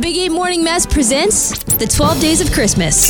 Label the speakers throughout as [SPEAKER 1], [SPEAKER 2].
[SPEAKER 1] Big 8 Morning Mass presents The 12 Days of Christmas.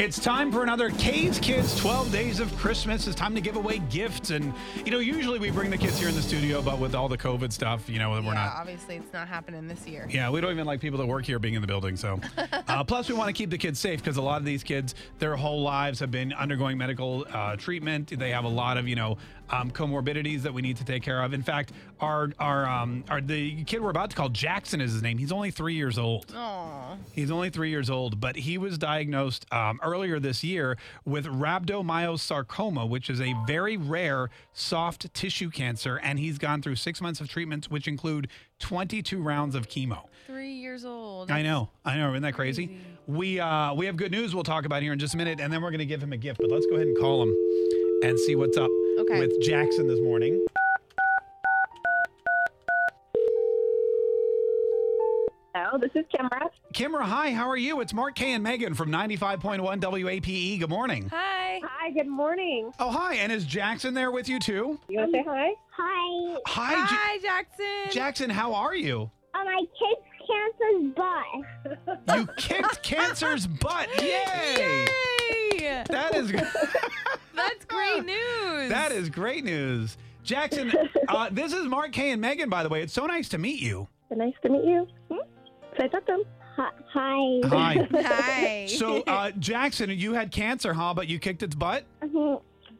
[SPEAKER 2] It's time for another Caves Kids 12 Days of Christmas. It's time to give away gifts. And, you know, usually we bring the kids here in the studio, but with all the COVID stuff, you know, we're
[SPEAKER 3] yeah,
[SPEAKER 2] not.
[SPEAKER 3] obviously it's not happening this year.
[SPEAKER 2] Yeah, we don't even like people that work here being in the building. So, uh, plus, we want to keep the kids safe because a lot of these kids, their whole lives have been undergoing medical uh, treatment. They have a lot of, you know, um, comorbidities that we need to take care of. In fact, our our um, our the kid we're about to call Jackson is his name. He's only three years old.
[SPEAKER 3] Aw.
[SPEAKER 2] He's only three years old, but he was diagnosed um, earlier this year with rhabdomyosarcoma, which is a very rare soft tissue cancer. And he's gone through six months of treatments, which include 22 rounds of chemo.
[SPEAKER 3] Three years old.
[SPEAKER 2] I know, I know. Isn't that crazy?
[SPEAKER 3] Crazy.
[SPEAKER 2] We uh, we have good news we'll talk about here in just a minute, and then we're going to give him a gift. But let's go ahead and call him and see what's up
[SPEAKER 3] Okay.
[SPEAKER 2] with Jackson this morning.
[SPEAKER 4] Hello, this is Kimra.
[SPEAKER 2] Kimra, hi, how are you? It's Mark K and Megan from 95.1 WAPE. E. Good morning.
[SPEAKER 3] Hi.
[SPEAKER 4] Hi, good morning.
[SPEAKER 2] Oh, hi. And is Jackson there with you too?
[SPEAKER 4] You want to say hi? Um, Hi.
[SPEAKER 2] Hi, Ja-
[SPEAKER 3] Hi, Jackson.
[SPEAKER 2] Jackson, how are you?
[SPEAKER 4] Um, I kicked cancer's butt.
[SPEAKER 2] You kicked cancer's butt. Yay!
[SPEAKER 3] Yay.
[SPEAKER 2] That is
[SPEAKER 3] That's great news.
[SPEAKER 2] Ah, that is great news. Jackson, uh, this is Mark K and Megan, by the way. It's so nice to meet you.
[SPEAKER 4] nice to meet you. Say something. Hmm? Hi.
[SPEAKER 2] Hi.
[SPEAKER 3] Hi.
[SPEAKER 2] So, uh, Jackson, you had cancer, huh? But you kicked its butt.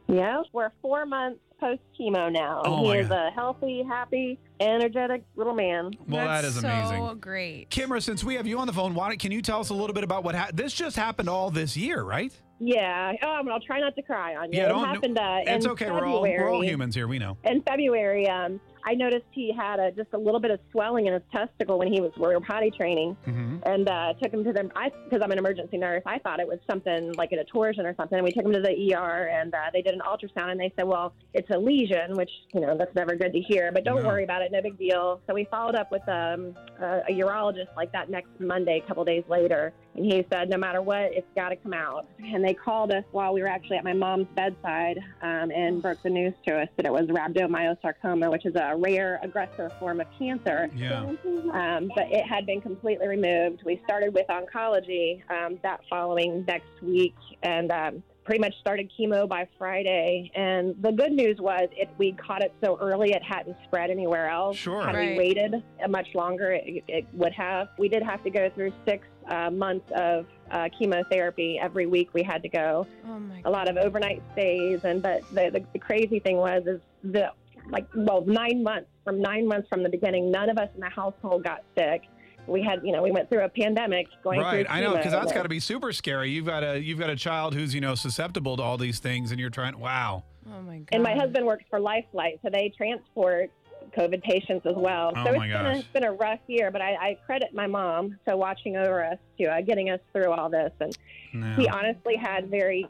[SPEAKER 4] yeah, we're four months post chemo now.
[SPEAKER 2] Oh, my
[SPEAKER 4] he is
[SPEAKER 2] God.
[SPEAKER 4] a healthy, happy, energetic little man.
[SPEAKER 2] Well, that
[SPEAKER 3] That's
[SPEAKER 2] is
[SPEAKER 3] so
[SPEAKER 2] amazing.
[SPEAKER 3] great.
[SPEAKER 2] Kimra, since we have you on the phone, why don't, can you tell us a little bit about what happened? This just happened all this year, right?
[SPEAKER 4] Yeah. Oh, I'll try not to cry on you.
[SPEAKER 2] Yeah,
[SPEAKER 4] it
[SPEAKER 2] don't-
[SPEAKER 4] happened. Uh,
[SPEAKER 2] it's
[SPEAKER 4] in
[SPEAKER 2] okay. We're all we're all
[SPEAKER 4] February.
[SPEAKER 2] humans here. We know.
[SPEAKER 4] in February, um, I noticed he had a, just a little bit of swelling in his testicle when he was we were potty training,
[SPEAKER 2] Mhm.
[SPEAKER 4] and uh, took him to the I because I'm an emergency nurse. I thought it was something like a torsion or something, and we took him to the ER, and uh, they did an ultrasound, and they said, well, it's a lesion, which you know that's never good to hear, but don't
[SPEAKER 2] No.
[SPEAKER 4] worry about it, no big deal. So we followed up with um, a, a urologist like that next Monday, a couple days later, and he said, no matter what, it's got to come out. And they called us while we were actually at my mom's bedside um, and broke the news to us that it was rhabdomyosarcoma, which is a rare aggressor form of cancer.
[SPEAKER 2] Yeah.
[SPEAKER 4] Um, but it had been completely removed. We started with oncology um, that following next week, and um, pretty much started chemo by Friday. And the good news was, it we caught it so early, it hadn't spread anywhere else.
[SPEAKER 2] Sure.
[SPEAKER 4] Had
[SPEAKER 3] Right.
[SPEAKER 4] we waited much longer, it, it would have. We did have to go through six uh, months of uh, chemotherapy every week. We had to go
[SPEAKER 3] oh my
[SPEAKER 4] a lot of overnight stays and but the, the, the crazy thing was is the like well nine months from nine months from the beginning none of us in the household got sick we had you know we went through a pandemic going
[SPEAKER 2] Right,
[SPEAKER 4] through
[SPEAKER 2] I know, because that's got to
[SPEAKER 4] to
[SPEAKER 2] be super scary. You've got a you've got a child who's you know susceptible to all these things, and you're trying. Wow.
[SPEAKER 3] Oh my god.
[SPEAKER 4] and my husband works for lifelight so they transport covid patients as well
[SPEAKER 2] Oh,
[SPEAKER 4] so it's
[SPEAKER 2] my
[SPEAKER 4] been, a,
[SPEAKER 2] gosh.
[SPEAKER 4] it's been a rough year but I, I credit my mom to watching over us to uh, getting us through all this and
[SPEAKER 2] No.
[SPEAKER 4] he honestly had very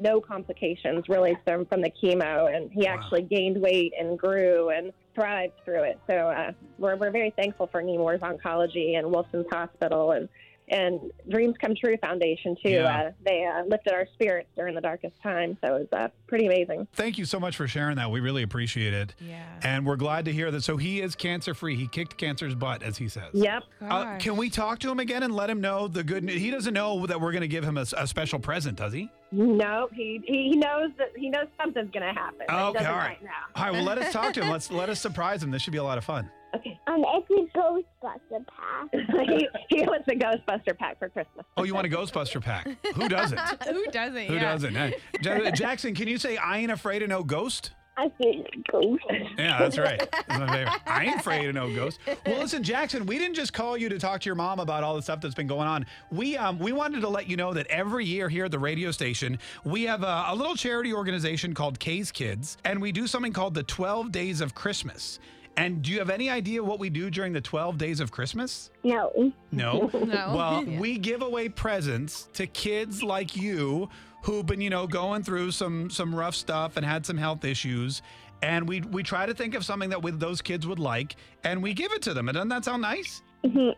[SPEAKER 4] no complications really from from the chemo and he
[SPEAKER 2] Wow.
[SPEAKER 4] actually gained weight and grew and thrived through it so uh, we're, we're very thankful for nemours oncology and wilson's hospital and and dreams come true foundation too
[SPEAKER 2] Yeah.
[SPEAKER 4] uh, they uh, lifted our spirits during the darkest time so it was uh, pretty amazing
[SPEAKER 2] Thank you so much for sharing that. We really appreciate it.
[SPEAKER 3] Yeah.
[SPEAKER 2] And we're glad to hear that. So he is cancer free. He kicked cancer's butt, as he says.
[SPEAKER 4] yep
[SPEAKER 2] Uh,
[SPEAKER 3] Gosh.
[SPEAKER 2] can we talk to him again and let him know the good news? He doesn't know that we're going to give him a, a special present, does he?
[SPEAKER 4] no he he he knows that he knows something's gonna happen but he
[SPEAKER 2] Okay,
[SPEAKER 4] doesn't
[SPEAKER 2] all right.
[SPEAKER 4] right now
[SPEAKER 2] All right, well, let us talk to him. Let's let us surprise him. This should be a lot of fun.
[SPEAKER 4] okay
[SPEAKER 5] Um, it's a Ghostbuster pack.
[SPEAKER 4] he, he wants a ghostbuster pack for christmas
[SPEAKER 2] Oh, you want a Ghostbuster pack? Who doesn't?
[SPEAKER 3] Who doesn't?
[SPEAKER 2] Who
[SPEAKER 3] yeah.
[SPEAKER 2] doesn't? Hey, Ja- Jackson, can you say I ain't afraid of no ghost?
[SPEAKER 5] I feel ghost.
[SPEAKER 2] Yeah, that's right. That's my favorite. I ain't afraid of no ghosts. Well, listen, Jackson, we didn't just call you to talk to your mom about all the stuff that's been going on. We um, we wanted to let you know that every year here at the radio station, we have a, a little charity organization called K's Kids, and we do something called the 12 Days of Christmas. And do you have any idea what we do during the 12 Days of Christmas?
[SPEAKER 5] No.
[SPEAKER 2] No.
[SPEAKER 3] No.
[SPEAKER 2] Well,
[SPEAKER 3] Oh, Yeah.
[SPEAKER 2] we give away presents to kids like you who've been, you know, going through some some rough stuff and had some health issues. And we we try to think of something that we, those kids would like, and we give it to them. And doesn't that sound nice? Yeah.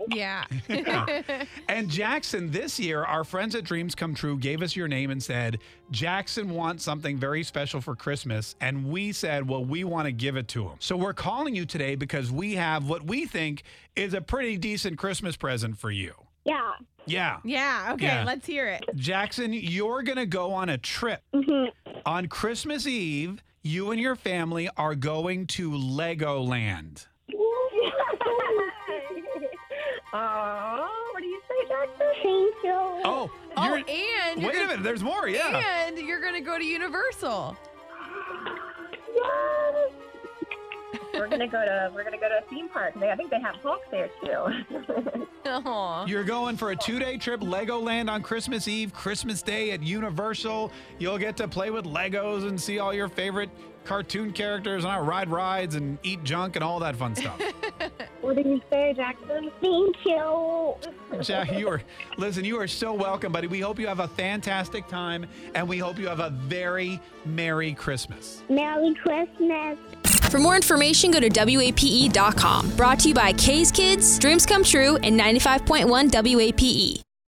[SPEAKER 3] Yeah.
[SPEAKER 2] And Jackson, this year, our friends at Dreams Come True gave us your name and said, Jackson wants something very special for Christmas. And we said, well, we want to give it to him. So we're calling you today because we have what we think is a pretty decent Christmas present for you.
[SPEAKER 5] yeah.
[SPEAKER 2] Yeah.
[SPEAKER 3] yeah. Okay.
[SPEAKER 2] Yeah.
[SPEAKER 3] Let's hear it.
[SPEAKER 2] Jackson, you're going to go on a trip. On Christmas Eve, you and your family are going to Legoland.
[SPEAKER 4] Oh, what do you say, Jackson?
[SPEAKER 5] Angel.
[SPEAKER 2] Oh,
[SPEAKER 3] Oh,
[SPEAKER 2] you're.
[SPEAKER 3] and you're
[SPEAKER 2] Wait a
[SPEAKER 3] gonna,
[SPEAKER 2] minute, there's more. Yeah.
[SPEAKER 3] And you're gonna go to Universal.
[SPEAKER 4] We're gonna go to we're gonna go to a theme park. They, I think they have hawks there too.
[SPEAKER 3] Aw.
[SPEAKER 2] You're going for a two day trip, Legoland on Christmas Eve, Christmas Day at Universal. You'll get to play with Legos and see all your favorite cartoon characters and I'll ride rides and eat junk and all that fun stuff.
[SPEAKER 4] what do you say, Jackson?
[SPEAKER 5] Thank you.
[SPEAKER 2] Jack, you are, listen, you are so welcome, buddy. We hope you have a fantastic time and we hope you have a very Merry Christmas.
[SPEAKER 5] Merry Christmas.
[SPEAKER 1] For more information, go to E WAPE.com. Brought to you by K's Kids, Dreams Come True, and 95.1 WAPE.